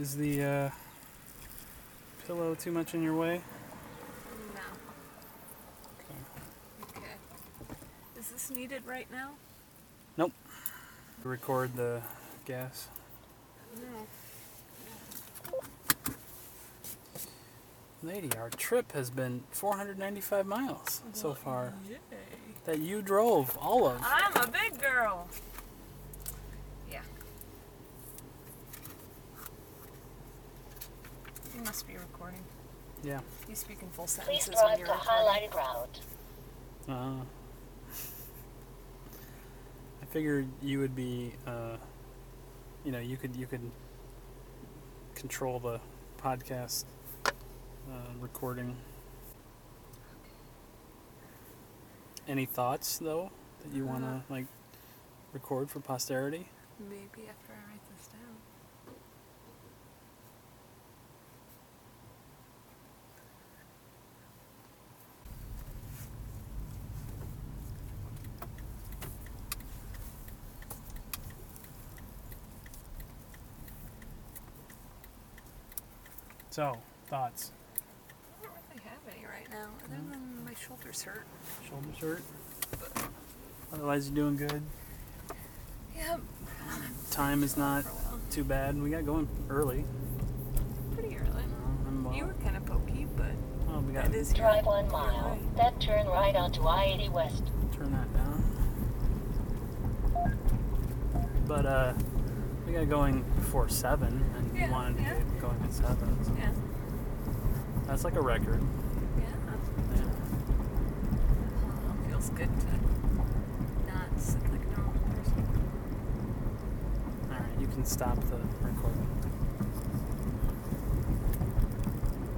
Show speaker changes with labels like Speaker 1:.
Speaker 1: Is the uh, pillow too much in your way?
Speaker 2: No.
Speaker 1: Okay.
Speaker 2: Okay. Is this needed right now?
Speaker 1: Record the gas.
Speaker 2: No.
Speaker 1: Lady, our trip has been 495 miles so far
Speaker 2: Yay.
Speaker 1: that you drove all of.
Speaker 2: I'm a big girl. Yeah. You must be recording.
Speaker 1: Yeah.
Speaker 2: You speak in full
Speaker 3: Please
Speaker 2: sentences when
Speaker 3: drive
Speaker 2: you're
Speaker 3: the
Speaker 2: recording.
Speaker 3: highlighted route.
Speaker 1: Uh, I figured you would be, uh, you know, you could you could control the podcast uh, recording. Any thoughts though that you want to like record for posterity?
Speaker 2: Maybe after I write this down.
Speaker 1: So thoughts.
Speaker 2: I don't really have any right now, other
Speaker 1: Hmm.
Speaker 2: than my shoulders hurt.
Speaker 1: Shoulders hurt. Otherwise, you're doing good.
Speaker 2: Yeah,
Speaker 1: Time is not
Speaker 2: for a while.
Speaker 1: too bad. We got going early.
Speaker 2: Pretty early.
Speaker 1: I'm, uh,
Speaker 2: You were kind of pokey, but
Speaker 1: oh, we got
Speaker 2: that is your
Speaker 3: Drive one mile, then turn right onto I-80 West.
Speaker 1: turn that down. But uh, we got going before seven, and
Speaker 2: Yeah,
Speaker 1: we wanted to
Speaker 2: yeah.
Speaker 1: get going at seven. So
Speaker 2: Yeah.
Speaker 1: that's like a record.
Speaker 2: Yeah.
Speaker 1: Yeah.
Speaker 2: Oh, it feels good to not sit like a normal person.
Speaker 1: All right, you can stop the recording.